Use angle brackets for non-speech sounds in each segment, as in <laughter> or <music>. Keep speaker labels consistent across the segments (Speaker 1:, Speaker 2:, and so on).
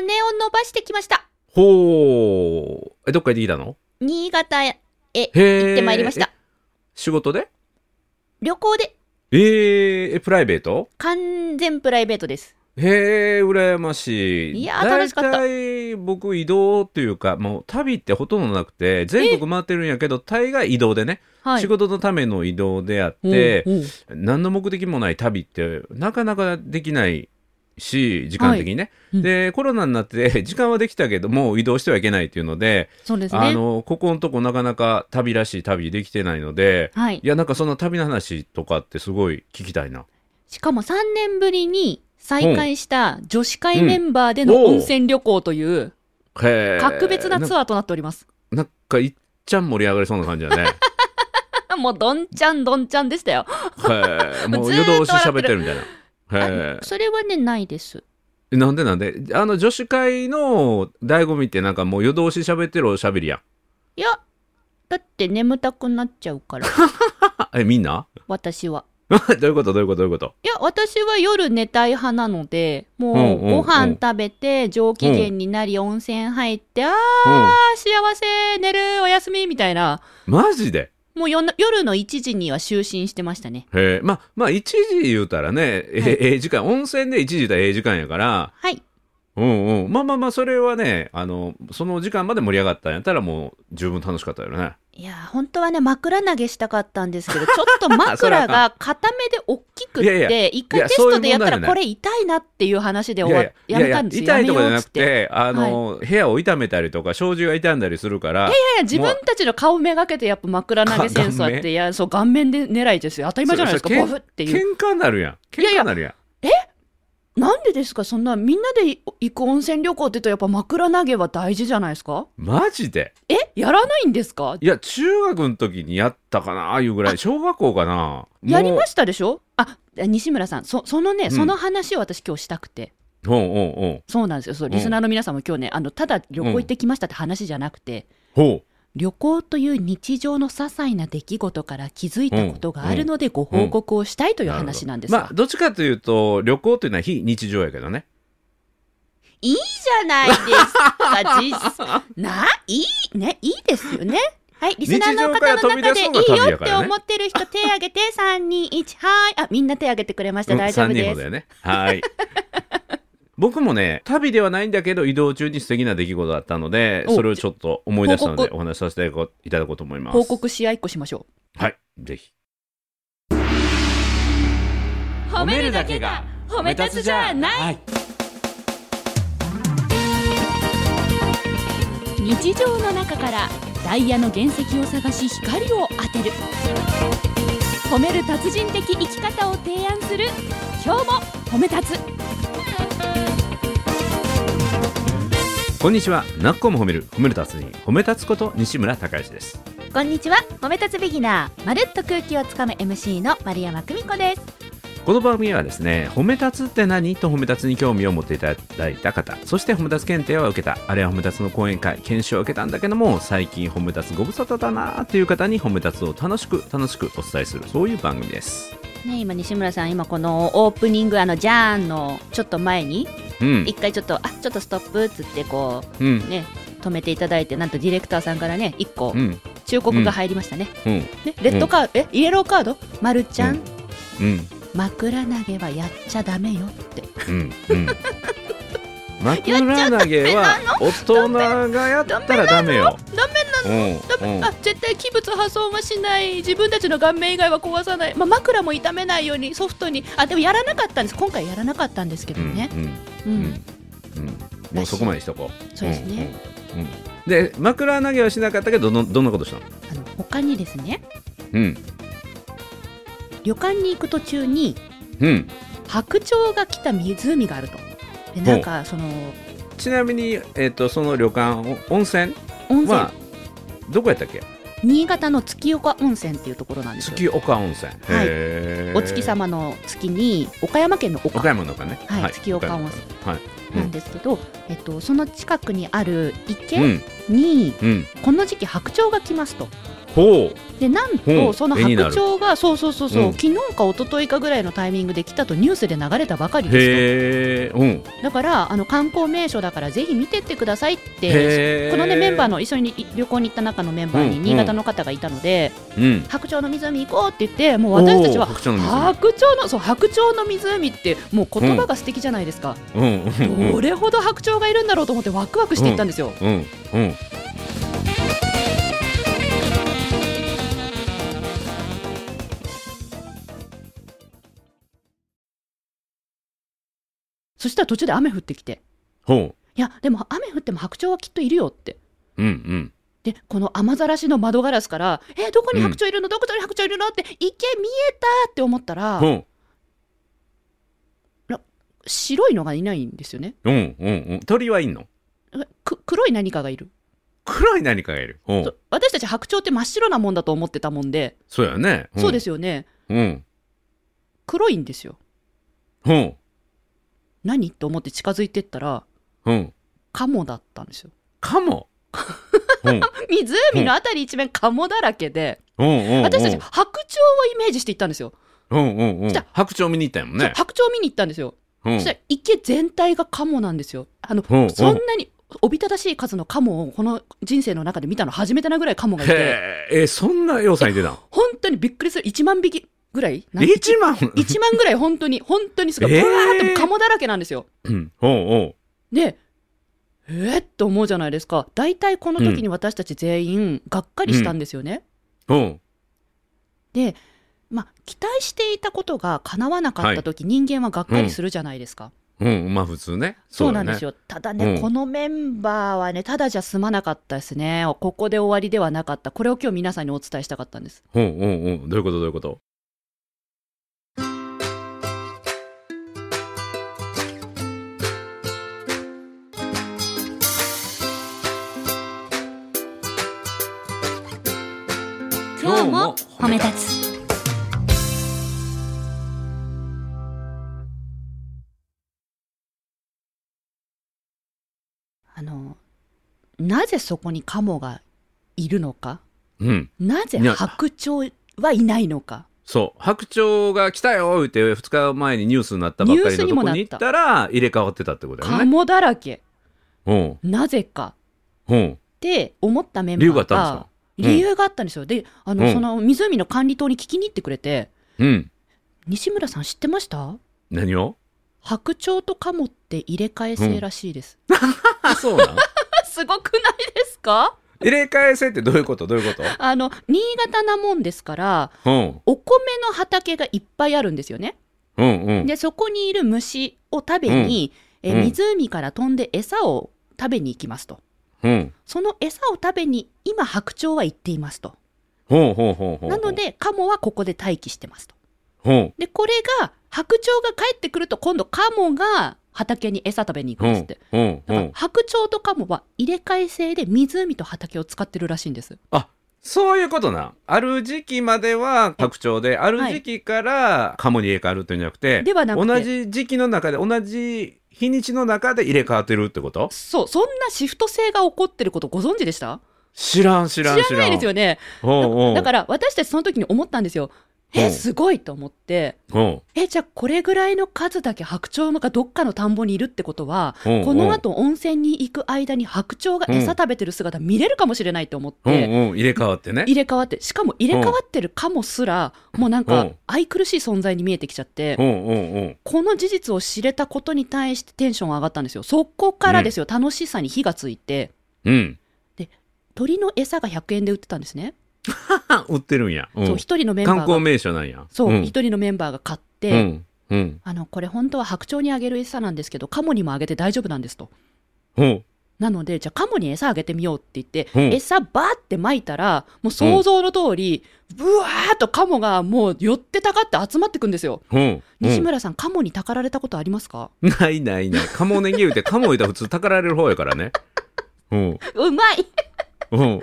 Speaker 1: 伸ばしてきました。
Speaker 2: ほう。え、どっか行ってきたの
Speaker 1: 新潟へ
Speaker 2: へえ。
Speaker 1: 行ってまいりまし
Speaker 2: え。
Speaker 1: た。
Speaker 2: 仕事で
Speaker 1: 旅行で
Speaker 2: えー、え、プライベート
Speaker 1: 完全プライベートです。
Speaker 2: へえ、羨ましい。
Speaker 1: いやー楽しかった
Speaker 2: 大体僕移動っていうか、もう旅ってほとんどなくて、全国回ってるんやけど、大概移動でね、
Speaker 1: はい。
Speaker 2: 仕事のための移動であって、何の目的もない旅ってなかなかできないし時間的にね、
Speaker 1: はいうん
Speaker 2: でコロナになって <laughs> 時間はできたけどもう移動してはいけないっていうので
Speaker 1: そうです
Speaker 2: あ
Speaker 1: ね。
Speaker 2: のここのとこなかなか旅らしい旅できてないので
Speaker 1: はい
Speaker 2: い。やなんかその旅の話とかってすごい聞きたいな
Speaker 1: しかも3年ぶりに再開した女子会メンバーでの
Speaker 2: うん
Speaker 1: 温泉旅行という
Speaker 2: へえ
Speaker 1: 格別なツ
Speaker 2: アー
Speaker 1: アーとなっております。
Speaker 2: なんかいっちゃん盛り上がりそうな感じだ <laughs> ね
Speaker 1: <laughs> もうどんちゃんどんちゃんでしたよ。
Speaker 2: へえもう
Speaker 1: ずー
Speaker 2: 夜
Speaker 1: っと
Speaker 2: 通し喋ってるみたいなへ
Speaker 1: それはね、ないです。
Speaker 2: えなんでなんであの女子会の醍醐味ってなんかもう夜通し喋ってるおしゃべりやん
Speaker 1: いや、だって眠たくなっちゃう
Speaker 2: <laughs>
Speaker 1: から、
Speaker 2: あえみんな <laughs>
Speaker 1: 私は。
Speaker 2: どういうことどういうことどういうこと
Speaker 1: いや、私は夜寝たい派なので、もう
Speaker 2: うんうんうん
Speaker 1: ご飯食べて、上機嫌になり、温泉入って、あー、
Speaker 2: うん
Speaker 1: 幸せ、寝る、おやすみ、みたいな。
Speaker 2: マジで
Speaker 1: もうよな夜の1時には就寝してましたね。
Speaker 2: へえまあまあ1時言うたらねえ,、
Speaker 1: はい
Speaker 2: ええ時間温泉で1時言うたらええ時間やから
Speaker 1: はい。
Speaker 2: うんうんまあまあまあそれはねあのその時間まで盛り上がったんやったらもう十分楽しかったよね
Speaker 1: いやー、本当はね、枕投げしたかったんです
Speaker 2: <laughs>
Speaker 1: けど、ちょっと枕が固めで大きくっ
Speaker 2: いやいや
Speaker 1: て、一回
Speaker 2: いや
Speaker 1: テストでやった
Speaker 2: そういう問題じゃ
Speaker 1: ら
Speaker 2: ない
Speaker 1: これ痛いなっていう話で
Speaker 2: い
Speaker 1: 終わっやめたんですよ。
Speaker 2: 痛いとかじ
Speaker 1: やめよ
Speaker 2: ゃ
Speaker 1: う
Speaker 2: な
Speaker 1: っつ
Speaker 2: く
Speaker 1: っていやい
Speaker 2: てあの、部屋を痛めたりとか障子が痛んだりするから
Speaker 1: や、自分たちの顔めがけてやっぱ枕投げ戦
Speaker 2: あ顔
Speaker 1: 争
Speaker 2: 面
Speaker 1: って、いや、そう、顔面で狙いですよ。当たり前じゃないですか、
Speaker 2: それそ
Speaker 1: ボ
Speaker 2: れ
Speaker 1: フっていう。
Speaker 2: 喧嘩になるやん喧
Speaker 1: いやいや
Speaker 2: 嘩になるやん
Speaker 1: なんでですか、そんな、みんなで行く温泉旅行って言うと、やっぱ枕投げは大事じゃないですか
Speaker 2: マジで
Speaker 1: えやらないんですか
Speaker 2: いや中学の時にやったかなああいうぐらい小学校かな
Speaker 1: やりま
Speaker 2: し
Speaker 1: したでしょあ、西村さん、そそのね、
Speaker 2: ん
Speaker 1: その話を私今日したくて。
Speaker 2: たうんうんうん
Speaker 1: そうなんですよ。そう、
Speaker 2: うん
Speaker 1: リスナーの皆さんも今日ね、あの、ただ旅行行ってきましたって話じゃなくて、
Speaker 2: ほ
Speaker 1: 旅行という日常の些細な出来事から気づいたことがあるのでご報告をしたいと
Speaker 2: う
Speaker 1: いう
Speaker 2: なるほど
Speaker 1: 話なんです
Speaker 2: ま
Speaker 1: が
Speaker 2: あ。どっちかというと旅行というのは非日常やけどね
Speaker 1: いいじゃないですか、
Speaker 2: <laughs>
Speaker 1: 実な、いい、ね、いいですよね。はい、リスナーの方の中でいい
Speaker 2: 日常から飛び出そうな旅
Speaker 1: よ
Speaker 2: や
Speaker 1: っ
Speaker 2: か
Speaker 1: て
Speaker 2: らね
Speaker 1: 思ってる人手挙げて、3、2、1、はい。あ、みんな手挙げてくれました。大丈夫
Speaker 2: 3人
Speaker 1: で
Speaker 2: ほ
Speaker 1: す
Speaker 2: ど。よね。はい。僕もね、旅ではないんだけど、移動中に素敵な出来事だったので、
Speaker 1: お
Speaker 2: それをちょっと思い出したの
Speaker 1: 報
Speaker 2: で、
Speaker 1: 告
Speaker 2: お話しさせていただこうと思います。
Speaker 1: 報告し合いっこしましょ
Speaker 2: はい、ぜひ。
Speaker 1: う。い
Speaker 2: い。
Speaker 1: 日常の中からダイヤの原石を探し光を当てる褒める達人的生き方を提案する今日も褒め立つ
Speaker 2: こんにちは。なっこも褒める、褒める達人、褒め立つこと西村孝之です。
Speaker 1: こんにちは褒め立つビギナーまるっと空気をつかむ MC の丸山久美子です
Speaker 2: この番組はですね、褒め立つって何と褒め立つに興味を持っていただいた方、そして褒め立つ検定は受けた、あるいは褒め立つの講演会、研修を受けたんだけども、最近褒め立つご無沙汰だなーっていう方に褒め立つを楽しく楽しくお伝えする、そういう番組です。
Speaker 1: ね、今西村さん今このオープニングあのジャーンのちょっと前に
Speaker 2: うん。
Speaker 1: 一回ちょっとあちょっとストップっつってこ
Speaker 2: うん
Speaker 1: う。ね止めていただいてなんとディレクターさんからね一個
Speaker 2: うん。
Speaker 1: 忠告が入りましたね、
Speaker 2: うん。
Speaker 1: ねレッドカード、えイエローカードまるちゃん、
Speaker 2: うん。
Speaker 1: 枕投げはやっちゃダメよって
Speaker 2: <laughs> うん。うん。枕投げは大人がやったらダメよ。
Speaker 1: ダメ
Speaker 2: うん。うん。
Speaker 1: あ絶対器物破損はしない自分たちの顔面以外は壊さない、まあ、枕も痛めないようにソフトにあでもやらなかったんです今回やらなかったんですけどね、う
Speaker 2: うんん。うん。うん。もうそこまでしとこう。
Speaker 1: そうですね、
Speaker 2: うん。うん。うんで枕投げはしなかったけどどのどんなことしたの？
Speaker 1: あの他にですね
Speaker 2: うん
Speaker 1: 旅館に行く途中に
Speaker 2: うん。
Speaker 1: 白鳥が来た湖があるとでなんかその
Speaker 2: ちなみにえっとその旅館お温泉
Speaker 1: 温泉、
Speaker 2: はどこやったっけ？
Speaker 1: 新潟の月岡温泉っていうところなんですよ
Speaker 2: 月岡温泉。
Speaker 1: い
Speaker 2: い
Speaker 1: お月。様の月に岡山県の岡
Speaker 2: 岡山のかね。
Speaker 1: はい月岡温泉
Speaker 2: 岡山のうん
Speaker 1: なんですけど、えっと、その近くにある
Speaker 2: はい。う
Speaker 1: 池
Speaker 2: ん
Speaker 1: に、
Speaker 2: うん
Speaker 1: この時期白鳥が来ますと
Speaker 2: ほ
Speaker 1: でなん
Speaker 2: ほう
Speaker 1: とその
Speaker 2: 絵にな
Speaker 1: 白
Speaker 2: る
Speaker 1: 鳥がそうそうそうそう、
Speaker 2: うん
Speaker 1: 昨日か一昨日かぐらいのタイミングで来たとニュースで流れたばかり
Speaker 2: う
Speaker 1: です
Speaker 2: へえうん
Speaker 1: とだからあの観光名所だからぜひ見てってくださいって
Speaker 2: へえ
Speaker 1: このねメンバーの一緒に旅行に行った中のメンバー
Speaker 2: う
Speaker 1: に
Speaker 2: ん
Speaker 1: 新潟の方がいたので、
Speaker 2: うん
Speaker 1: 白鳥の湖行こうって言ってもう私たちは
Speaker 2: おー白鳥の湖
Speaker 1: 白鳥のそう白鳥の湖ってもう言葉が素敵じゃないですか、
Speaker 2: うんうんうん
Speaker 1: どれほど白鳥がいるんだろうと思ってワクワクしていったんですよ、
Speaker 2: うんうん
Speaker 1: そしたら途中で雨降ってきて
Speaker 2: ほ
Speaker 1: いやでも雨降っても白鳥はきっといるよって
Speaker 2: ううん
Speaker 1: でこの雨ざらしの窓ガラスから「えどこに白鳥いるのどこに白鳥いるの?」って「池見えた!」って思った
Speaker 2: うん
Speaker 1: ら
Speaker 2: ほう
Speaker 1: 白いのがいないんですよね
Speaker 2: うんうんうん鳥はいんの
Speaker 1: く黒い何かがいる
Speaker 2: 黒い何かがいるほう
Speaker 1: そ私たち白鳥って真っ白なもんだと思ってたもんで、
Speaker 2: そうやね
Speaker 1: そうですすよね
Speaker 2: うん
Speaker 1: 黒いんですよ
Speaker 2: ほう
Speaker 1: 何と思って近づいてったら
Speaker 2: ほう
Speaker 1: カモだったんですよ <laughs>
Speaker 2: カモほう
Speaker 1: 湖のあたり一面カモだらけで
Speaker 2: ほうほうほう
Speaker 1: 私たち白鳥をイメージして行ったんですよ、
Speaker 2: うんうんうん
Speaker 1: じゃあ
Speaker 2: 白鳥見に行ったんやもん
Speaker 1: そう
Speaker 2: ね
Speaker 1: 白鳥見に行ったんですよ
Speaker 2: うん
Speaker 1: そしたら池全体がカモなんですよ。あの、
Speaker 2: うん
Speaker 1: そんなにおびただしい数のカモをこの人生の中で見たの初めてなぐらいカモがいて、
Speaker 2: へええそんな要素に出たん
Speaker 1: 本当にびっくりする1万匹ぐらい <laughs> なん
Speaker 2: 一万
Speaker 1: 1万ぐらい本当に、本当にすごい、
Speaker 2: えー
Speaker 1: ブワーってもうカモだらけなんですよ。
Speaker 2: うんほうほ
Speaker 1: で、えー、っと思うじゃないですか。大体この時に私たち全員がっかりしたんですよね。
Speaker 2: うほ
Speaker 1: で、まあ、期待していたことが叶わなかった時、人間はがっかりするじゃないですか。
Speaker 2: ううんまあ普通ね
Speaker 1: そうなん
Speaker 2: だ
Speaker 1: で
Speaker 2: ね
Speaker 1: すよ。ただね、
Speaker 2: うん
Speaker 1: このメンバーはね、ただじゃ済まなかったですね。ここで終わりではなかった。これを今日皆さんにお伝えしたかったんです。
Speaker 2: ほうほうほうどういうことどういうこと
Speaker 3: 今日も褒め立つ
Speaker 1: あの、なぜそこにカモがいるのか、
Speaker 2: うん
Speaker 1: なぜ
Speaker 2: いや
Speaker 1: 白鳥はいないのか。
Speaker 2: そう白鳥が来たよ言って2日前にニュースになったばっかりのとこに行ったら入れ替わってたってことだ
Speaker 1: カ
Speaker 2: よね
Speaker 1: モだらけ。
Speaker 2: うん
Speaker 1: なぜか。
Speaker 2: うん
Speaker 1: って思ったメンバ
Speaker 2: 理由があ
Speaker 1: ー
Speaker 2: ったん
Speaker 1: が、
Speaker 2: ですかうん
Speaker 1: 理由があったんですよ。で、あの、
Speaker 2: うん
Speaker 1: その湖の管理棟に聞きに行ってくれて、
Speaker 2: うん
Speaker 1: 西村さん知ってました
Speaker 2: 何を
Speaker 1: 白鳥とカモって入れ替え制らしいです。
Speaker 2: あそうなん
Speaker 1: すごくないですか
Speaker 2: <laughs> 入れ替え制ってどういうことどういうこ
Speaker 1: あの、新潟なもんですから、
Speaker 2: とうん
Speaker 1: お米の畑がいっぱいあるんですよね。
Speaker 2: うんうん
Speaker 1: で、そこにいる虫を食べに、え
Speaker 2: うん
Speaker 1: 湖から飛んで餌を食べに行きますと。
Speaker 2: うん
Speaker 1: その餌を食べに、今白鳥は行っていますと。
Speaker 2: ほうほうほうほう
Speaker 1: なので、カモはここで待機してますと。
Speaker 2: ほ
Speaker 1: で、これが、白鳥が帰ってくると、今度カモが畑に餌食べに行
Speaker 2: う
Speaker 1: くん
Speaker 2: ん
Speaker 1: ですって。
Speaker 2: う
Speaker 1: だ
Speaker 2: んう
Speaker 1: から
Speaker 2: ん
Speaker 1: 白鳥とカモは入れ替え制で湖と畑を使ってるらしいんです。
Speaker 2: そういうことなある時期までは白鳥である時期からカモに入れ替わるっていうんじゃなくて
Speaker 1: ではなくて
Speaker 2: 同じ時期の中で同じ日にちの中で入れ替わってるってこと
Speaker 1: そう、そんなシフト制が起こってることご存知でした
Speaker 2: 知らん知
Speaker 1: 知ら
Speaker 2: らん知らん
Speaker 1: ないですよね。
Speaker 2: おうおう
Speaker 1: だから私たちその時に思ったんですよ。
Speaker 2: う
Speaker 1: え、
Speaker 2: ん
Speaker 1: すごいと思って。
Speaker 2: お
Speaker 1: え、じゃあこれぐらいの数だけ白鳥がどっかの田んぼにいるってことは、
Speaker 2: うんうん
Speaker 1: この後温泉に行く間に白鳥が餌
Speaker 2: うん
Speaker 1: 食べてる姿見れるかもしれないと思っ
Speaker 2: うん
Speaker 1: て、
Speaker 2: うん入れ替わってね
Speaker 1: 入れ替わって、しかも入れ替わってるかもすら、もうなん
Speaker 2: う
Speaker 1: か
Speaker 2: ん
Speaker 1: 愛くるしい存在に見えてきちゃって
Speaker 2: う、んうんうん
Speaker 1: この事実を知れたことに対してテンション上がったんですよ。そこからですよ、楽しさに火がついて、
Speaker 2: うん
Speaker 1: 鳥の餌が100円で売ってたんですね。
Speaker 2: あ売ってるんや、うん
Speaker 1: そう、一人のメンバ
Speaker 2: 観
Speaker 1: ーが
Speaker 2: 光名所なんや
Speaker 1: そう、
Speaker 2: ん
Speaker 1: 一、人のメンバーが買っ
Speaker 2: う
Speaker 1: て、
Speaker 2: んうん
Speaker 1: あの、これ本当は白鳥にあげる餌なんですけど、カモにもあげて大丈夫なんですと。
Speaker 2: うん
Speaker 1: なので、じゃあカモに餌あげてみようって言って、
Speaker 2: うん
Speaker 1: 餌バーって撒いたら、もう想像の通り、ブワーっとカモがもう寄ってたかって集まってくんですよ。
Speaker 2: うん
Speaker 1: 西村さん、カモにたかられたことありますか
Speaker 2: うんないないないカモネギ言うてカモ言うたら普通たかられる方やからねうん
Speaker 1: うまい
Speaker 2: うん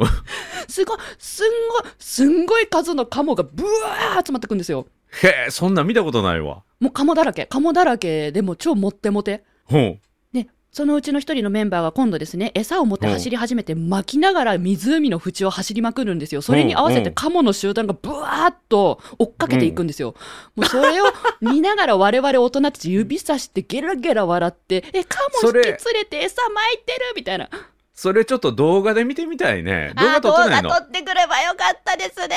Speaker 1: すごい、すんごい、すんごい数のカモがブワー集まってくんですよ。
Speaker 2: へえそんなん見たことないわ
Speaker 1: もうカモだらけ、カモだらけでもう超モッテモテ。
Speaker 2: うん
Speaker 1: で、そのうちの一人のメンバーが今度ですね、餌を持って走り始めて、巻きながら湖の縁を走りまくるんですよ。それに合わせ
Speaker 2: うんう
Speaker 1: て
Speaker 2: ん
Speaker 1: カモの集団がブワーッと追っかけていくんですよ。もうそれを見ながら我々大人たち指さしてゲラゲラ笑って、え、カモ
Speaker 2: そ
Speaker 1: 引き
Speaker 2: れ
Speaker 1: 連れて餌巻いてるみたいな。
Speaker 2: それちょっと動画で見てみたいね。動画撮ってないの
Speaker 1: ってくればよかったですね。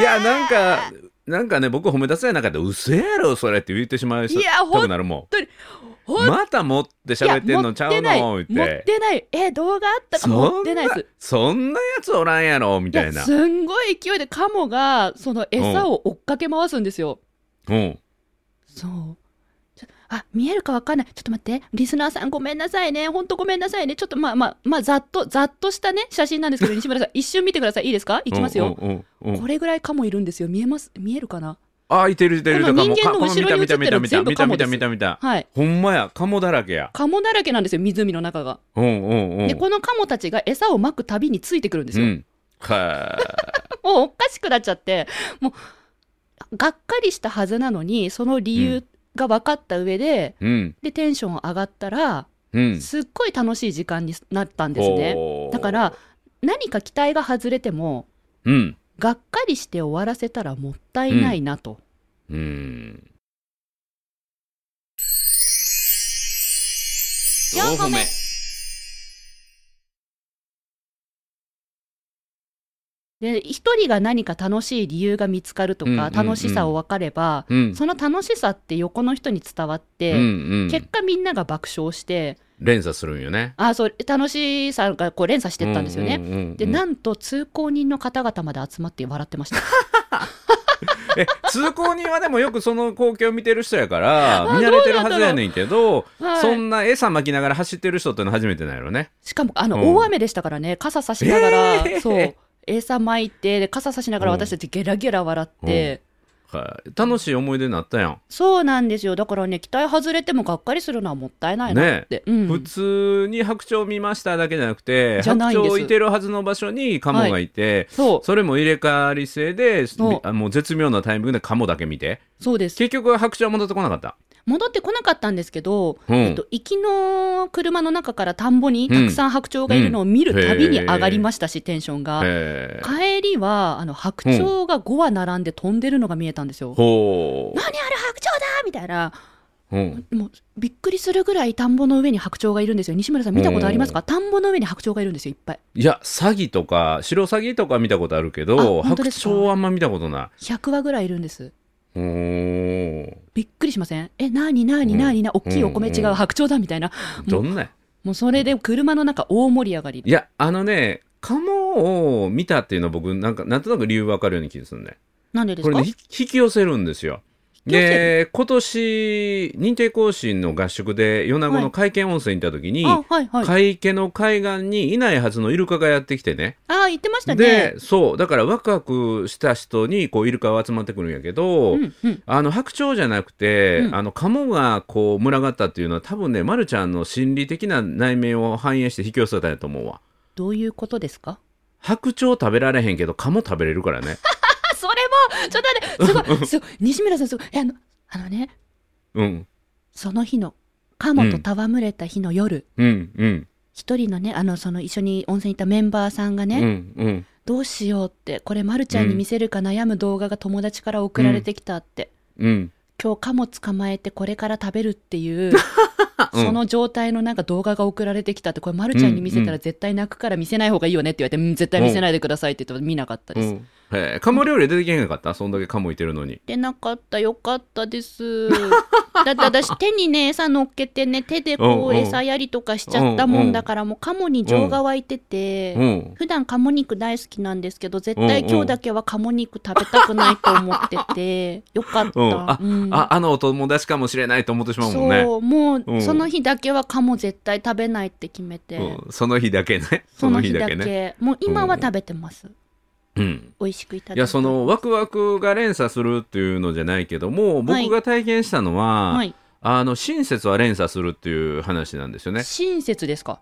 Speaker 2: いや、なんか、なんかね、僕褒め出せない中で、うせやろ、それって言ってしまいそう
Speaker 1: いやほん
Speaker 2: たくなるもん。
Speaker 1: ほん
Speaker 2: また持って
Speaker 1: いや
Speaker 2: 喋ってんのちゃうの
Speaker 1: 持っ
Speaker 2: って。
Speaker 1: ない。持っててない。え、動画あったか
Speaker 2: そ
Speaker 1: 持っ
Speaker 2: ん
Speaker 1: て
Speaker 2: な
Speaker 1: ないです。、
Speaker 2: そんなやつおらんやろ、み
Speaker 1: い
Speaker 2: た
Speaker 1: や
Speaker 2: いな。
Speaker 1: すんごい勢いでカモがその餌を追っかけ回すんですよ。
Speaker 2: うん。
Speaker 1: そうちょあ見えるかわかんないちょっと待ってリスナーさんごめんなさいねほんとごめんなさいねちょっとまあまあまあざっとざっとしたね写真なんです
Speaker 2: <laughs>
Speaker 1: けど西村さん一瞬見てくださいいいですかいきますよ、
Speaker 2: うん。うんうん
Speaker 1: これぐらいカモいるんですよ見えます見えるかな
Speaker 2: あ、いてるいてる。
Speaker 1: この人
Speaker 2: だか
Speaker 1: 間
Speaker 2: ら
Speaker 1: の
Speaker 2: もう
Speaker 1: 後ろに
Speaker 2: 見た
Speaker 1: 映ってるの
Speaker 2: 見た
Speaker 1: 全部
Speaker 2: 見た
Speaker 1: カモ
Speaker 2: 見
Speaker 1: で
Speaker 2: た
Speaker 1: す
Speaker 2: 見た見た。
Speaker 1: はい
Speaker 2: ほんまや、カモだらけや。
Speaker 1: カモだらけなんですよ湖の中が、
Speaker 2: うんうんうん。
Speaker 1: でこのカモたちが餌をまくたびについてくるんです
Speaker 2: う
Speaker 1: よ、
Speaker 2: ん。は
Speaker 1: もうおかしくなっちゃって、もう、がっかりしたはずなのに、その理由が分かった上で、
Speaker 2: い。うん。
Speaker 1: で、テンション上がったら、
Speaker 2: う
Speaker 1: <laughs>
Speaker 2: ん。
Speaker 1: すっごい楽しい時間になったんですね。
Speaker 2: ほう
Speaker 1: だから、、何か期待が外れても、
Speaker 2: うん。
Speaker 1: がっかりして終わらせたらもったいないなと。
Speaker 2: うん。
Speaker 3: 4個目
Speaker 1: で、一人が何か楽しい理由が見つかるとか、
Speaker 2: うんうんうん
Speaker 1: 楽しさを分かれば、
Speaker 2: うん。
Speaker 1: その楽しさって横の人に伝わっ
Speaker 2: う
Speaker 1: て、
Speaker 2: んうん。
Speaker 1: 結果みんなが爆笑して、
Speaker 2: 連鎖するんよね。
Speaker 1: あ、そう、楽しさがこう連鎖してったんですよね。
Speaker 2: うううんうん
Speaker 1: で、なんと通行人の方々まで集まって笑ってました。
Speaker 2: <laughs> え通行人はでもよくその光景を見てる人やから見慣れてるはずやねんけど
Speaker 1: はい
Speaker 2: そんな餌巻きながら走ってる人ってのは初めてなんやろね。
Speaker 1: しかも、あ
Speaker 2: うん
Speaker 1: の、大雨でしたからね、傘さしながら、
Speaker 2: えー
Speaker 1: そう、餌巻いて、で傘さしながら私たちゲラゲラ笑って、
Speaker 2: はい楽しい思い出になったやん。
Speaker 1: そうなんですよ。だからね、期待外れてもがっかりするのはもったいないなって。うん
Speaker 2: 普通に白鳥見ましただけじゃなくて
Speaker 1: じゃないん
Speaker 2: 白
Speaker 1: です
Speaker 2: 鳥いてるはずの場所にカモがいて、
Speaker 1: そ
Speaker 2: それも入れ替わり制で
Speaker 1: そう
Speaker 2: あもう絶妙なタイミングでカモだけ見て
Speaker 1: う、そうです。
Speaker 2: 結局白鳥は戻ってこなかった。
Speaker 1: 戻ってこなかったんですけど、
Speaker 2: うん
Speaker 1: えっと、行きの車の中から田んぼにたくさん白鳥がいるのを見るたびに上がりましたし、テンションが。
Speaker 2: えー
Speaker 1: 帰りは、あの、白鳥が5羽並んで飛んでるのが見えたんですよ。
Speaker 2: ほ
Speaker 1: 何あれ白鳥だみたいな、
Speaker 2: う、うん、
Speaker 1: もうびっくりするぐらい田んぼの上に白鳥がいるんですよ。西村さん見たことありますか田んぼの上に白鳥がいるんですよ、いっぱい。
Speaker 2: いやサギとか白サギとか見たことあるけ
Speaker 1: あ
Speaker 2: ど
Speaker 1: 本当
Speaker 2: 白
Speaker 1: ですか
Speaker 2: 鳥はあんま見たことない。
Speaker 1: 100羽ぐらいいるんです。
Speaker 2: おー
Speaker 1: びっくりしませんえ、なになになにな、大きいお米
Speaker 2: うん
Speaker 1: 違う白鳥だみたいな。
Speaker 2: どんな
Speaker 1: もうそれで車の中大盛り上がり
Speaker 2: い。やあのねカモを見たっていうのは僕なんかなんとなく理由わかるような気がするね
Speaker 1: なんでで
Speaker 2: こ
Speaker 1: す
Speaker 2: れ
Speaker 1: か
Speaker 2: ねひ引き寄せるんですよ
Speaker 1: 引き寄せる
Speaker 2: で今年認定講師の合宿で米子の海見温泉行った時に、
Speaker 1: あ、はいはい。
Speaker 2: 海家の海岸にいないはずのイルカがやってきてね
Speaker 1: あ、言ってましたね。
Speaker 2: でそうだからワクワクした人にこうイルカは集まってくるんやけど、
Speaker 1: うんうん。
Speaker 2: あの白鳥じゃなくて、
Speaker 1: うん
Speaker 2: あのカモがこう群がったっていうのは多分ね、ま、るちゃんの心理的な内面を反映して引き寄せたんやと思うわ
Speaker 1: どういうことですか
Speaker 2: 白鳥食べられへんけどカモ食べれるからね
Speaker 1: <laughs> あ、それも、ちょっと
Speaker 2: <laughs>
Speaker 1: 待って、すごい、すごい、西村さんすごい。えあの、あのね、
Speaker 2: うん
Speaker 1: その日の、カモと戯れた日の夜、
Speaker 2: うんうん
Speaker 1: 一人のね、あの、その一緒に温泉行ったメンバーさんがね、
Speaker 2: うんうん
Speaker 1: どうしようって、これまるちゃんに見せるか悩む動画が友達から送られてきたって。
Speaker 2: うん
Speaker 1: 今日カモ捕まえてこれから食べるっていう、
Speaker 2: うん
Speaker 1: <laughs> その状態のなんか動画が送られてきたって、これまるちゃんに見せたら絶対泣くから見せない方がいいよねって言われて、うん絶対見せないでくださいって言っても見なかった
Speaker 2: う
Speaker 1: です。
Speaker 2: んへえカモ料理出てけへんかったそんだけカモいてるのに
Speaker 1: 出なかった、よかったです。だって私手にね、餌乗っけてね、手でこ
Speaker 2: うんうん
Speaker 1: う餌やりとかしちゃったもんだから、もうカモに情が湧いてて、
Speaker 2: うん
Speaker 1: 普段鴨肉大好きなんですけど絶対今日だけは鴨肉食べたくないと思って
Speaker 2: <laughs>
Speaker 1: て、よかった、
Speaker 2: うんあ
Speaker 1: うん
Speaker 2: ああのお友達かもしれないと思ってしまうもんね
Speaker 1: そうもう、
Speaker 2: うん
Speaker 1: その日だけは鴨絶対食べないって決めて、
Speaker 2: うんその日だけね
Speaker 1: その日だけ
Speaker 2: ね
Speaker 1: もう今は食べてます、
Speaker 2: うん
Speaker 1: 美味しくいただい
Speaker 2: い
Speaker 1: て
Speaker 2: やそのワクワクが連鎖するっていうのじゃないけど
Speaker 1: は
Speaker 2: も
Speaker 1: い
Speaker 2: 僕が体験したのは、
Speaker 1: はい
Speaker 2: あの親切は連鎖するっていう話なんですよね。
Speaker 1: 親切ですか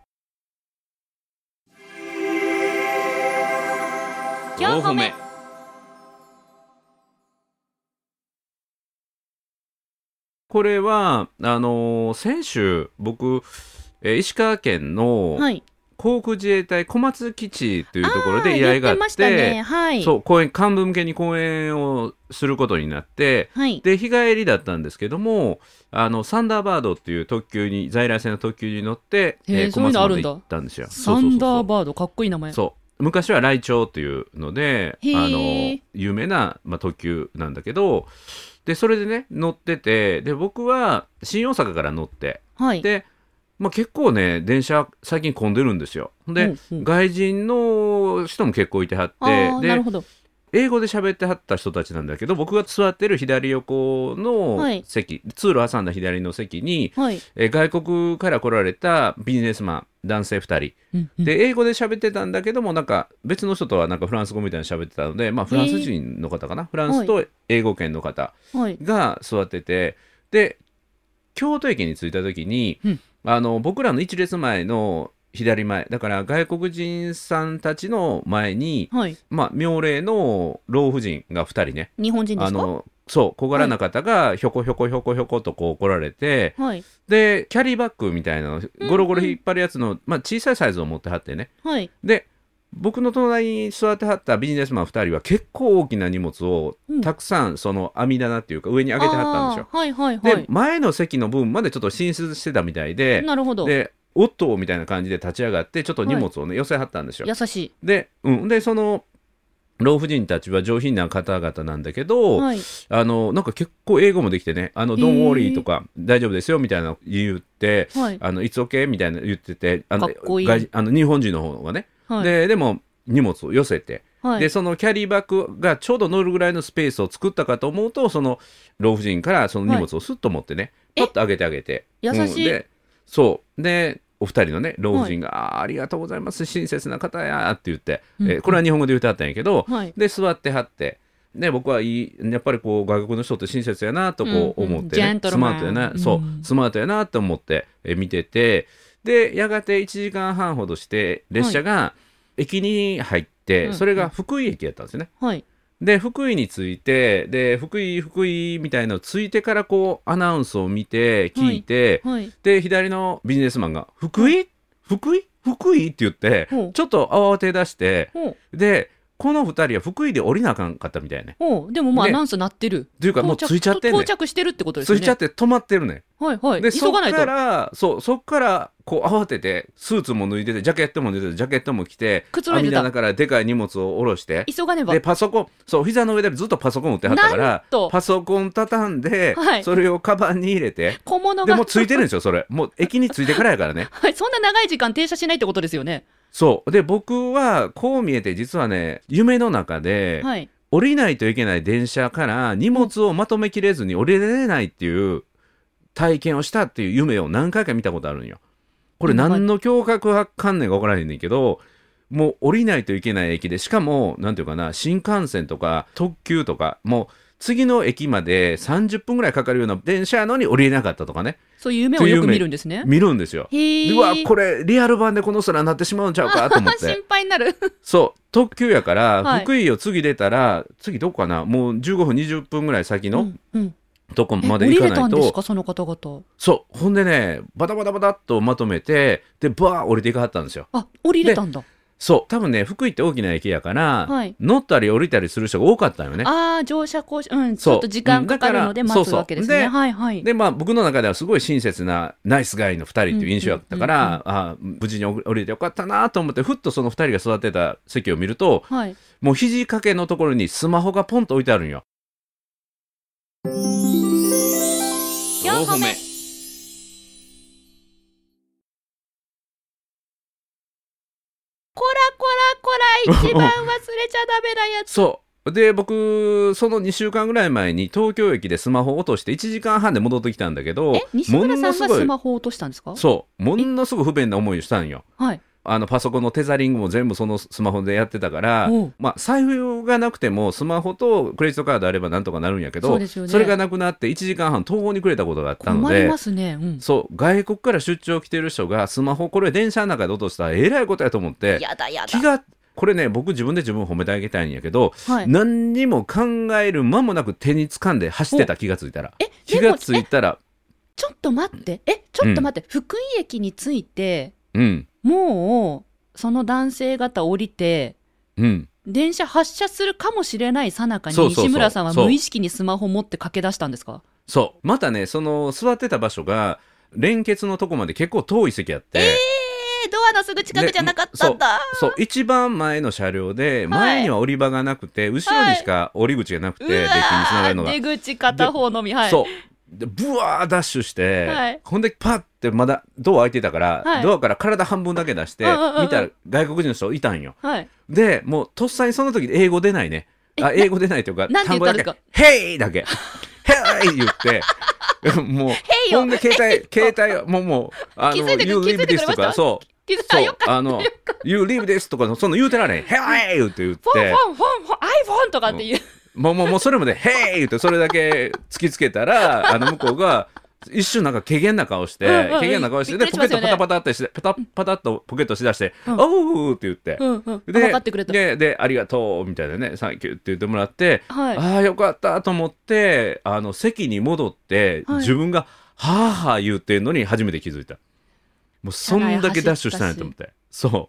Speaker 3: 4個目
Speaker 2: これはあのー先週僕えー石川県の
Speaker 1: はい。
Speaker 2: 航空自衛隊小松基地というところ
Speaker 1: あー
Speaker 2: で依頼が
Speaker 1: 言っ
Speaker 2: あ
Speaker 1: てま
Speaker 2: っ
Speaker 1: したね。
Speaker 2: て、
Speaker 1: はい。
Speaker 2: そう、公演、幹部向けに講演をすることになって、
Speaker 1: はい。
Speaker 2: で、日帰りだったんですけども、あの、サンダーバードっていう特急に、在来線の特急に乗って、
Speaker 1: へー
Speaker 2: ー
Speaker 1: そういうのあるんだ
Speaker 2: 行ったんですよ。
Speaker 1: サンダー
Speaker 2: ー
Speaker 1: バード、かっこいい名前。
Speaker 2: そう。昔は雷鳥っていうので、
Speaker 1: へ
Speaker 2: あ
Speaker 1: ー
Speaker 2: の、有名な、まあ、特急なんだけど、で、それでね、乗ってて、で、僕は新大阪から乗って、
Speaker 1: はい。
Speaker 2: で、まあ、結構ね、電車、最近混んでるんですよ。で、
Speaker 1: うんうん
Speaker 2: 外人の人も結構いてはっ
Speaker 1: あー
Speaker 2: て、
Speaker 1: なる
Speaker 2: で、
Speaker 1: ほど。
Speaker 2: 英語で喋ってはった人たちなんだけど、僕が座ってる左横の
Speaker 1: はい
Speaker 2: 席、通路挟んだ左の席に、
Speaker 1: はい。
Speaker 2: えー外国から来られたビジネスマン、男性2
Speaker 1: う
Speaker 2: 人。
Speaker 1: んうん
Speaker 2: で、英語で喋ってたんだけども、なんか別の人とはなんかフランス語みたいに喋ってたので、まあフランス人の方かな、フランスと英語圏の方
Speaker 1: はい。
Speaker 2: が座ってて、で、京都駅に着いた時に、
Speaker 1: うん
Speaker 2: あの、僕らの一列前の左前、だから外国人さんたちの前に、
Speaker 1: はい。
Speaker 2: まあ、妙齢の老婦人が2人ね、
Speaker 1: 日本人で
Speaker 2: あ
Speaker 1: すか
Speaker 2: の、そう、小柄な方がひょこひょこひょこひょことこう来られて、
Speaker 1: はい。
Speaker 2: で、キャリーバッグみたいなの、ゴロゴロ引っ張るやつの、まあ、小さいサイズを持ってはってね、
Speaker 1: はい。
Speaker 2: で僕の隣に座ってはったビジネスマン2人は結構大きな荷物を
Speaker 1: うん
Speaker 2: たくさんその網棚っていうか上に上げてはったんですよ。
Speaker 1: あーはいはい
Speaker 2: で、
Speaker 1: はい。
Speaker 2: 前の席の分までちょっと進出してたみたいで
Speaker 1: なるほど。
Speaker 2: でおっとみたいな感じで立ち上がってちょっと荷物をね、寄せはったんですよ。
Speaker 1: 優しい。
Speaker 2: で,、うん、でその老婦人たちは上品な方々なんだけど、
Speaker 1: はい。
Speaker 2: あのなんか結構英語もできてね「あの
Speaker 1: へー
Speaker 2: ドンウォーリー」とか「大丈夫ですよ」みたいなの言って
Speaker 1: はい
Speaker 2: 「あのいつおけ」みたいなの言っててあの
Speaker 1: かっこいい
Speaker 2: 外あの日本人の方がね
Speaker 1: はい。
Speaker 2: ででも荷物を寄せて、
Speaker 1: はい。
Speaker 2: でそのキャリーバッグがちょうど乗るぐらいのスペースを作ったかと思うとその老婦人からその荷物をスッと持ってね、
Speaker 1: は
Speaker 2: パ
Speaker 1: い
Speaker 2: ッと上げてあげて
Speaker 1: 優しい
Speaker 2: うんでそうでお二人のね老婦人が、あーありがとうございます親切な方や」って言って、
Speaker 1: うん
Speaker 2: えーこれは日本語で言ってはったんやけど、
Speaker 1: はい。
Speaker 2: で座ってはって。で僕はいいやっぱりこう外国の人って親切やなとこう
Speaker 1: うんうん
Speaker 2: 思って
Speaker 1: ジ
Speaker 2: ね、
Speaker 1: ェント
Speaker 2: ス
Speaker 1: ルマ
Speaker 2: マ
Speaker 1: ン
Speaker 2: ートやな、そう
Speaker 1: うん
Speaker 2: スマートやなと思ってえ見ててでやがて1時間半ほどして列車が駅に入って、
Speaker 1: うん
Speaker 2: それが福井駅やったんですよね。
Speaker 1: はい。
Speaker 2: で福井に着いてで福井福井みたいなの着いてからこうアナウンスを見て聞いて、
Speaker 1: はい。
Speaker 2: で左のビジネスマンが「福井福井福井?」って言って
Speaker 1: ほう
Speaker 2: ちょっと慌て出して。
Speaker 1: ほう。
Speaker 2: でこの2人は福井で降りなあかんかったみたいね。
Speaker 1: ほう。でももうア
Speaker 2: で
Speaker 1: ナウンスなってる。
Speaker 2: というかもう
Speaker 1: 到着
Speaker 2: 着いちゃってんね
Speaker 1: 到着してるってことです
Speaker 2: 着
Speaker 1: よ
Speaker 2: い
Speaker 1: ね。
Speaker 2: ちゃって止まってるね。
Speaker 1: はいはい。
Speaker 2: で
Speaker 1: 急がない
Speaker 2: そっか
Speaker 1: と。
Speaker 2: らそうそっからこう慌ててスーツも脱いでてジャケットも脱いでてジャケットも着て
Speaker 1: くつろい
Speaker 2: 網
Speaker 1: でた
Speaker 2: 棚からでかい荷物を下ろして
Speaker 1: 急がねば
Speaker 2: で。パソコンそう膝の上でずっとパソコン打ってはったか
Speaker 1: なん
Speaker 2: ら
Speaker 1: と
Speaker 2: パソコン畳んで、
Speaker 1: はい
Speaker 2: それをカバンに入れて
Speaker 1: 小物
Speaker 2: で
Speaker 1: が。
Speaker 2: もう着いてるんですよそれもう駅に着いてからやからね
Speaker 1: <laughs> はい。そんな長い時間停車しないってことですよね。
Speaker 2: そうで僕はこう見えて実はね夢の中で、
Speaker 1: はい。
Speaker 2: 降りないといけない電車から荷物をまとめきれずに降りられないっていう体験をしたっていう夢を何回か見たことあるんよ。これ何の驚愕観念か分からへんねんけど、もう降りないといけない駅で、しかも、なんていうかな、新幹線とか特急とか、もう次の駅まで30分ぐらいかかるような電車やのに降りれなかったとかね、
Speaker 1: そういう夢をよく見るんですね。
Speaker 2: 見るんですよ。
Speaker 1: へー
Speaker 2: でうわ、これリアル版でこの空になってしまうんちゃうかと思って
Speaker 1: <laughs> 心。配になる。
Speaker 2: そう特急やから、
Speaker 1: はい
Speaker 2: 福井を次出たら次どこかなもう15分20分ぐらい先
Speaker 1: う
Speaker 2: <laughs> の
Speaker 1: んうん。
Speaker 2: とこ
Speaker 1: え
Speaker 2: ま
Speaker 1: 降
Speaker 2: で行
Speaker 1: り
Speaker 2: か
Speaker 1: れ
Speaker 2: な
Speaker 1: た
Speaker 2: い
Speaker 1: ん
Speaker 2: と、
Speaker 1: ですか、その方々。
Speaker 2: そうほんでねバタバタバタっとまとめてでバー降りていかはったんですよ
Speaker 1: あ、降りれたんだ。
Speaker 2: そう多分ね福井って大きな駅やから、
Speaker 1: はい
Speaker 2: 乗ったり降りたりする人が多かったよね
Speaker 1: ああ、乗車交渉、うん、ち
Speaker 2: そう
Speaker 1: ょっと時間かかるので
Speaker 2: うんだ
Speaker 1: 待
Speaker 2: から
Speaker 1: つわけです
Speaker 2: そう
Speaker 1: ね。
Speaker 2: そうで
Speaker 1: はいはい。
Speaker 2: でまあ僕の中ではすごい親切なナイスガイの2人っていう印象だったから、
Speaker 1: うんうん
Speaker 2: ああ無事に降りてよかったなと思ってふっとその2人が育てた席を見ると
Speaker 1: はい。
Speaker 2: もう肘掛けのところにスマホがポンと置いてあるんよ
Speaker 3: 4歩目
Speaker 1: こらこらこら、一番忘れちゃダメなやつ。
Speaker 2: そう。で、僕、その2週間ぐらい前に東京駅でスマホを落として1時間半で戻ってきたんだけど
Speaker 1: え、、西村さんがス
Speaker 2: もの
Speaker 1: マホを落としたんですか
Speaker 2: すごい、そう、ものすごい不便な思いをしたんよ。
Speaker 1: はい。
Speaker 2: あの、パソコンのテザリングも全部そのスマホでやってたから
Speaker 1: おう、
Speaker 2: まあ、財布がなくてもスマホとクレジットカードあればなんとかなるんやけど、
Speaker 1: そうですよね
Speaker 2: れがなくなって1時間半途方に暮れたことがあったの
Speaker 1: 困り
Speaker 2: で
Speaker 1: ま、すね。うん。
Speaker 2: そう、外国から出張来てる人がスマホこれ電車の中で落としたらえらいことやと思って、
Speaker 1: やだや
Speaker 2: 気
Speaker 1: だ。
Speaker 2: が、これね、僕自分で自分を褒めてあげたいんやけど、
Speaker 1: はい。
Speaker 2: 何にも考える間もなく手に掴んで走ってた気がついたら
Speaker 1: え、
Speaker 2: 気
Speaker 1: で
Speaker 2: が
Speaker 1: も
Speaker 2: ついたら
Speaker 1: ちょっと待って、え、ちょっと待って、福井駅に着いて、
Speaker 2: うん。
Speaker 1: もう、その男性方降りて、
Speaker 2: うん。
Speaker 1: 電車発車するかもしれないさなか
Speaker 2: そう
Speaker 1: に、
Speaker 2: そうそう
Speaker 1: 西村さんは
Speaker 2: そう
Speaker 1: 無意識にスマホ持って駆け出したんですか
Speaker 2: そう。またね、その、座ってた場所が、連結のとこまで結構遠い席あって、
Speaker 1: えー、ドアのすぐ近くじゃなかったんだ。
Speaker 2: そう、一番前の車両で、前には降り場がなくて、後ろにしか降り口がなくて、
Speaker 1: う
Speaker 2: デッキにつなが
Speaker 1: わ
Speaker 2: るの
Speaker 1: ー
Speaker 2: が。
Speaker 1: 出口片方のみ、はい。
Speaker 2: そう。で、ブワーダッシュして、
Speaker 1: はい
Speaker 2: ほんで、パッてまだドア開いてたから、
Speaker 1: はい
Speaker 2: ドアから体半分だけ出して、
Speaker 1: うんうんうんうん
Speaker 2: 見たら外国人の人いたんよ。
Speaker 1: はい。
Speaker 2: で、もうとっさにその時英語出ないね。あ、英語出ないというか、
Speaker 1: なんて言っ
Speaker 2: 単語
Speaker 1: た
Speaker 2: だ
Speaker 1: んです
Speaker 2: け
Speaker 1: か、
Speaker 2: ヘイだけ、ヘイ言って、 <laughs> もう、
Speaker 1: イよ
Speaker 2: ほんで携帯、携帯、もう、もう、あ
Speaker 1: 気づいてく
Speaker 2: You
Speaker 1: 気づい
Speaker 2: leave
Speaker 1: てくれ
Speaker 2: this
Speaker 1: ま
Speaker 2: と
Speaker 1: した
Speaker 2: か、そう。
Speaker 1: 気づいた
Speaker 2: そ
Speaker 1: よ
Speaker 2: う、あの、You leave this とか、その言うてられへん。Hey! 言って言っ
Speaker 1: フォン
Speaker 2: て、
Speaker 1: フォンフォンフォン iPhone とかっていう、
Speaker 2: もう、もう、もうそ <laughs> れまで、Hey! 言って、それだけ突きつけたら、あの、向こうが、一瞬なんか、軽減な顔して、
Speaker 1: うんうんうん
Speaker 2: 軽減な顔して、で、
Speaker 1: びっくりし
Speaker 2: ポケ
Speaker 1: ます
Speaker 2: ッ
Speaker 1: よね
Speaker 2: トパタパタってして、パタパタっとポケットしだして、
Speaker 1: うん
Speaker 2: おうって言って、
Speaker 1: うんうん、
Speaker 2: で
Speaker 1: 分かってくれた、
Speaker 2: ででありがとうみたいなねサンキューって言ってもらって、
Speaker 1: はい
Speaker 2: ああよかったと思ってあの席に戻って、
Speaker 1: はい
Speaker 2: 自分がはあはあ言ってんのに初めて気づいたもうそんだけダッシュしたんやと思ってそ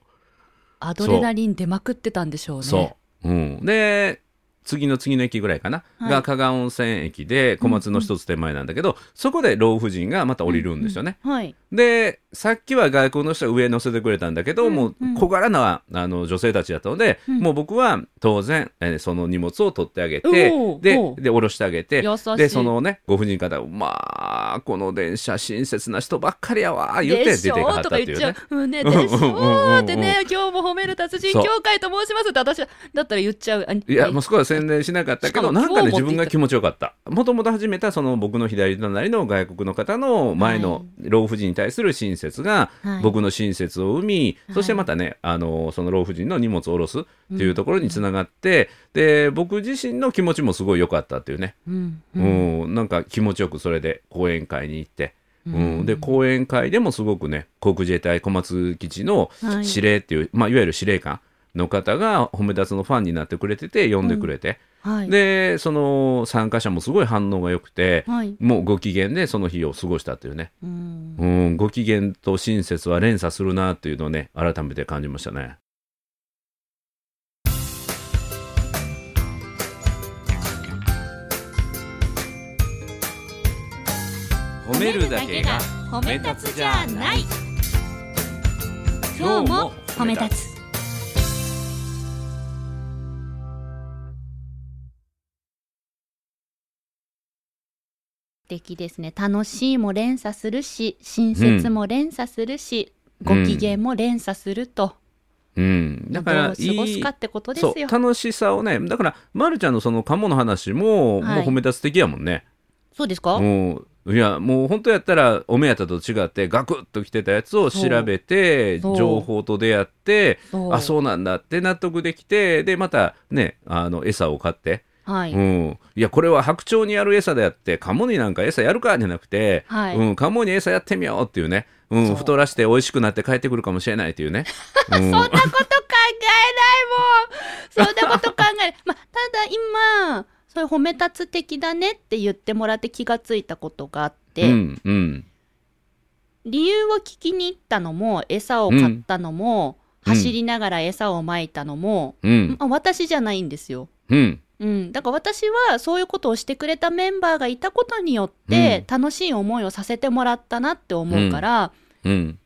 Speaker 1: アドレナリン出まくってたんでしょう
Speaker 2: う
Speaker 1: ね
Speaker 2: そう、うん、で次の次の駅ぐらいかな、
Speaker 1: はい
Speaker 2: が加賀温泉駅で小松の一つ手前なんだけど、そこで老婦人がまた降りるんですよね、
Speaker 1: はい
Speaker 2: でさっきは外国の人が上に乗せてくれたんだけど、
Speaker 1: うん
Speaker 2: もう
Speaker 1: うん
Speaker 2: 小柄なあの女性たちだったので、
Speaker 1: うん
Speaker 2: もう僕は当然、えーその荷物を取ってあげて
Speaker 1: おー
Speaker 2: で
Speaker 1: おー
Speaker 2: で下ろしてあげて
Speaker 1: 優しい
Speaker 2: でそのねご婦人方がまあこの電車親切な人ばっかりやわ」言って
Speaker 1: で
Speaker 2: 出
Speaker 1: してょ
Speaker 2: かはっ
Speaker 1: ー
Speaker 2: た
Speaker 1: と
Speaker 2: っ
Speaker 1: か
Speaker 2: て
Speaker 1: 言
Speaker 2: い
Speaker 1: っ
Speaker 2: う
Speaker 1: ちゃ
Speaker 2: ね
Speaker 1: う。うんね、でしょーってね、今日も褒める達人
Speaker 2: そう
Speaker 1: 協会と申しますって私はだったら言っちゃう。あ
Speaker 2: いやもうそこは宣伝しなかったけど
Speaker 1: しかも
Speaker 2: なんか
Speaker 1: 今
Speaker 2: ね
Speaker 1: 日
Speaker 2: 自
Speaker 1: 持ってい
Speaker 2: 分
Speaker 1: った
Speaker 2: が気持ちよかったもともと始めたその僕の左隣の外国の方の前
Speaker 1: は
Speaker 2: の老婦人に対する親切が
Speaker 1: はい
Speaker 2: 僕の親切を生み、そしてまたねあのその老婦人の荷物を下ろすっていうところにつながって、で僕自身の気持ちもすごい良かったっていうね、
Speaker 1: うん
Speaker 2: う
Speaker 1: うん
Speaker 2: なんか気持ちよくそれで講演会に行って。うん、で講演会でもすごくね航空自衛隊小松基地の
Speaker 1: はい
Speaker 2: 司令っていう、いまあ、いわゆる司令官の方が褒め立つのファンになってくれてて呼んでくれて、
Speaker 1: はい、
Speaker 2: でその参加者もすごい反応が良くて、
Speaker 1: はい
Speaker 2: もうご機嫌でその日を過ごしたっていうね、
Speaker 1: うん
Speaker 2: うん、ご機嫌と親切は連鎖するなっていうのをね改めて感じましたね。褒めるだけが
Speaker 3: 褒
Speaker 2: め立つじゃない
Speaker 3: 今日も褒め立つ
Speaker 1: 素敵ですね楽しいも連鎖するし親切も連鎖するし、
Speaker 2: うん
Speaker 1: ご機嫌も連鎖すると、
Speaker 2: うん、だからい
Speaker 1: どう過ごす
Speaker 2: い
Speaker 1: かってことです
Speaker 2: そ
Speaker 1: よ
Speaker 2: う楽しさをねだから、ま、るちゃんのそのカモの話も、
Speaker 1: はい
Speaker 2: もう褒め立つ的やもんね。
Speaker 1: そうですか、
Speaker 2: もういやもう本当やったらお目当てと違ってガクッと来てたやつを調べて
Speaker 1: そう
Speaker 2: 情報と出会って
Speaker 1: そう
Speaker 2: あそうなんだって納得できてでまたねあの餌を買って、
Speaker 1: はい、
Speaker 2: うん、いやこれは白鳥にやる餌であってカモになんか餌やるかじゃなくて、
Speaker 1: はい
Speaker 2: うん、カモに餌やってみようっていうね、う
Speaker 1: そ
Speaker 2: ん、
Speaker 1: う
Speaker 2: 太らして美味しくなって帰ってくるかもしれないっ
Speaker 1: <laughs>
Speaker 2: ていうね。うん
Speaker 1: そんなこと考えないもん。そんなこと考えない。まあ、ただ今、そういう褒め立つ的だねって言ってもらって気がついたことがあって、
Speaker 2: うんうん
Speaker 1: 理由を聞きに行ったのも、餌を買ったのも、
Speaker 2: うん
Speaker 1: 走りながら餌をまいたのも、
Speaker 2: うん
Speaker 1: まあ私じゃないんですよ。
Speaker 2: うん
Speaker 1: うん、だから私はそういうことをしてくれたメンバーがいたことによって楽しい思いをさせてもらったなって思うから、
Speaker 2: うん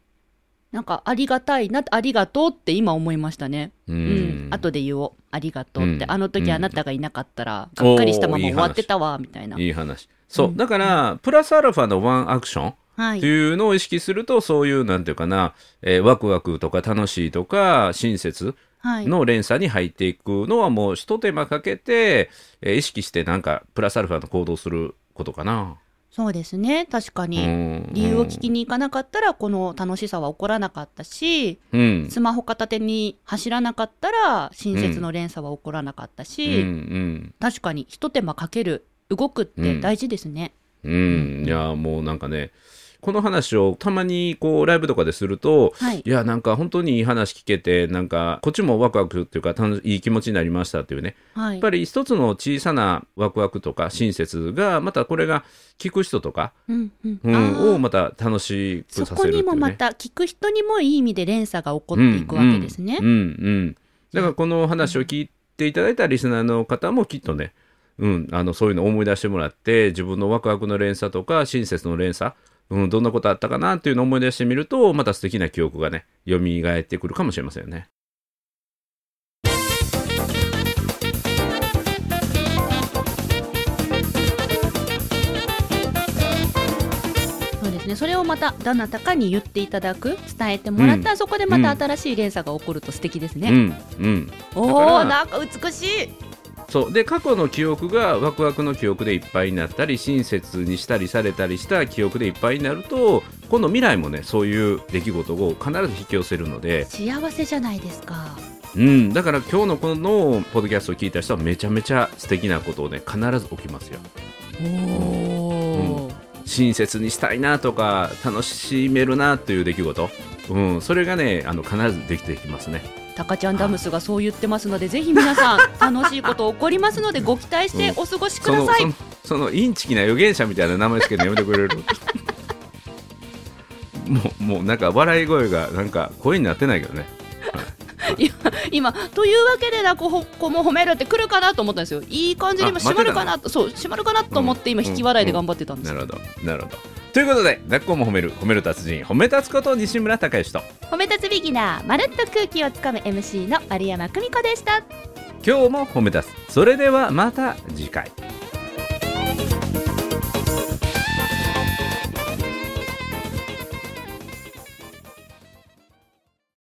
Speaker 1: なんかありがたいなありがとうって今思いましたね。
Speaker 2: う
Speaker 1: うん
Speaker 2: ん、
Speaker 1: 後で言おう。ありがとうって。
Speaker 2: うん
Speaker 1: あの
Speaker 2: うん
Speaker 1: 時あなたがいなかったら、がっかりしたまま
Speaker 2: おーいい
Speaker 1: 終
Speaker 2: 話
Speaker 1: わってたわ、みたいな。
Speaker 2: いい話そう、
Speaker 1: うん
Speaker 2: だからプラスアルファのワンアクション
Speaker 1: は
Speaker 2: って
Speaker 1: い。
Speaker 2: いうのを意識すると、そういう、なんていうかな、えーワクワクとか楽しいとか、親切
Speaker 1: はい。
Speaker 2: の連鎖に入っていくのは、もう一手間かけて、えー意識して、なんか、プラスアルファの行動することかな。
Speaker 1: そうですね。確かに。理
Speaker 2: 理
Speaker 1: 由を聞きに行かなかったら、この楽しさは起こらなかったし、
Speaker 2: うん。
Speaker 1: スマホ片手に走らなかったら、親切の連鎖は起こらなかった
Speaker 2: うん、う
Speaker 1: し、
Speaker 2: ん。
Speaker 1: 確かに、一手間かける、動くって大事ですね。
Speaker 2: うん。いや、もうなんかね、この話をたまにこうライブとかですると、
Speaker 1: はい
Speaker 2: いや、なんか本当にいい話聞けて、なんか、こっちもワクワクっていうか、楽しいい気持ちになりましたっていうね。
Speaker 1: は
Speaker 2: や
Speaker 1: い
Speaker 2: っぱり一つの小さなワクワクとか親切が、またこれが聞く人とか、
Speaker 1: うんうん
Speaker 2: う
Speaker 1: あー
Speaker 2: ん、をまた楽しく
Speaker 1: そ
Speaker 2: さ
Speaker 1: こ
Speaker 2: せるってい
Speaker 1: に
Speaker 2: う、ね。
Speaker 1: もまた聞く人にもいい意味で連鎖が起こっていくわけですね。
Speaker 2: うん、うんうんだからこの話を聞いていただいたリスナーの方もきっとね、うん、あのそういうのを思い出してもらって自分のワクワクの連鎖とか親切の連鎖、うん、どんなことあったかなっていうのを思い出してみるとまた素敵な記憶がね蘇ってくるかもしれませんよね。
Speaker 1: そうですね。それをまたどなたかに言っていただく、伝えてもらったら、そこでまた新しい連鎖が起こると素敵ですね。
Speaker 2: うんうん、
Speaker 1: お
Speaker 2: だか
Speaker 1: お、
Speaker 2: ら
Speaker 1: なんか美しい。
Speaker 2: そうで過去の記憶がワクワクの記憶でいっぱいになったり親切にしたりされたりした記憶でいっぱいになると今度未来もねそういう出来事を必ず引き寄せるので
Speaker 1: 幸せじゃないですか。
Speaker 2: うん、だから今日のこのポッドキャストを聞いた人はめちゃめちゃ素敵なことをね必ず起きますよ
Speaker 1: おお、
Speaker 2: 親切にしたいなとか楽しめるなという出来事、うん、それがねあの必ずできてきますね
Speaker 1: タカちゃんダムスがそう言ってますので、ぜひ皆さ
Speaker 2: <laughs>
Speaker 1: ん楽しいこと起こりますのでご期待してお過ごしく
Speaker 2: そ
Speaker 1: だ
Speaker 2: の
Speaker 1: さい。
Speaker 2: そのそのインチキな預言者みたいな名前つけるのやめてくれるもうもうなんか笑い声がなんか声になってないけどね
Speaker 1: 今というわけでなこほこも褒めるって来るかなと思ったんですよ。いい感じに今
Speaker 2: あ
Speaker 1: 閉まる
Speaker 2: 待ってた
Speaker 1: かなと、そう閉まるかなと思って今
Speaker 2: うん
Speaker 1: 引き笑いで頑張ってたんです
Speaker 2: な
Speaker 1: よ。
Speaker 2: るほどなるほどということで「学校も褒める褒める達人褒め立つこと西村孝之と
Speaker 1: 褒め立つビギナーまるっと空気をつかむ MC の丸山久美子でした。
Speaker 2: 今日も褒め立つそれではまた次回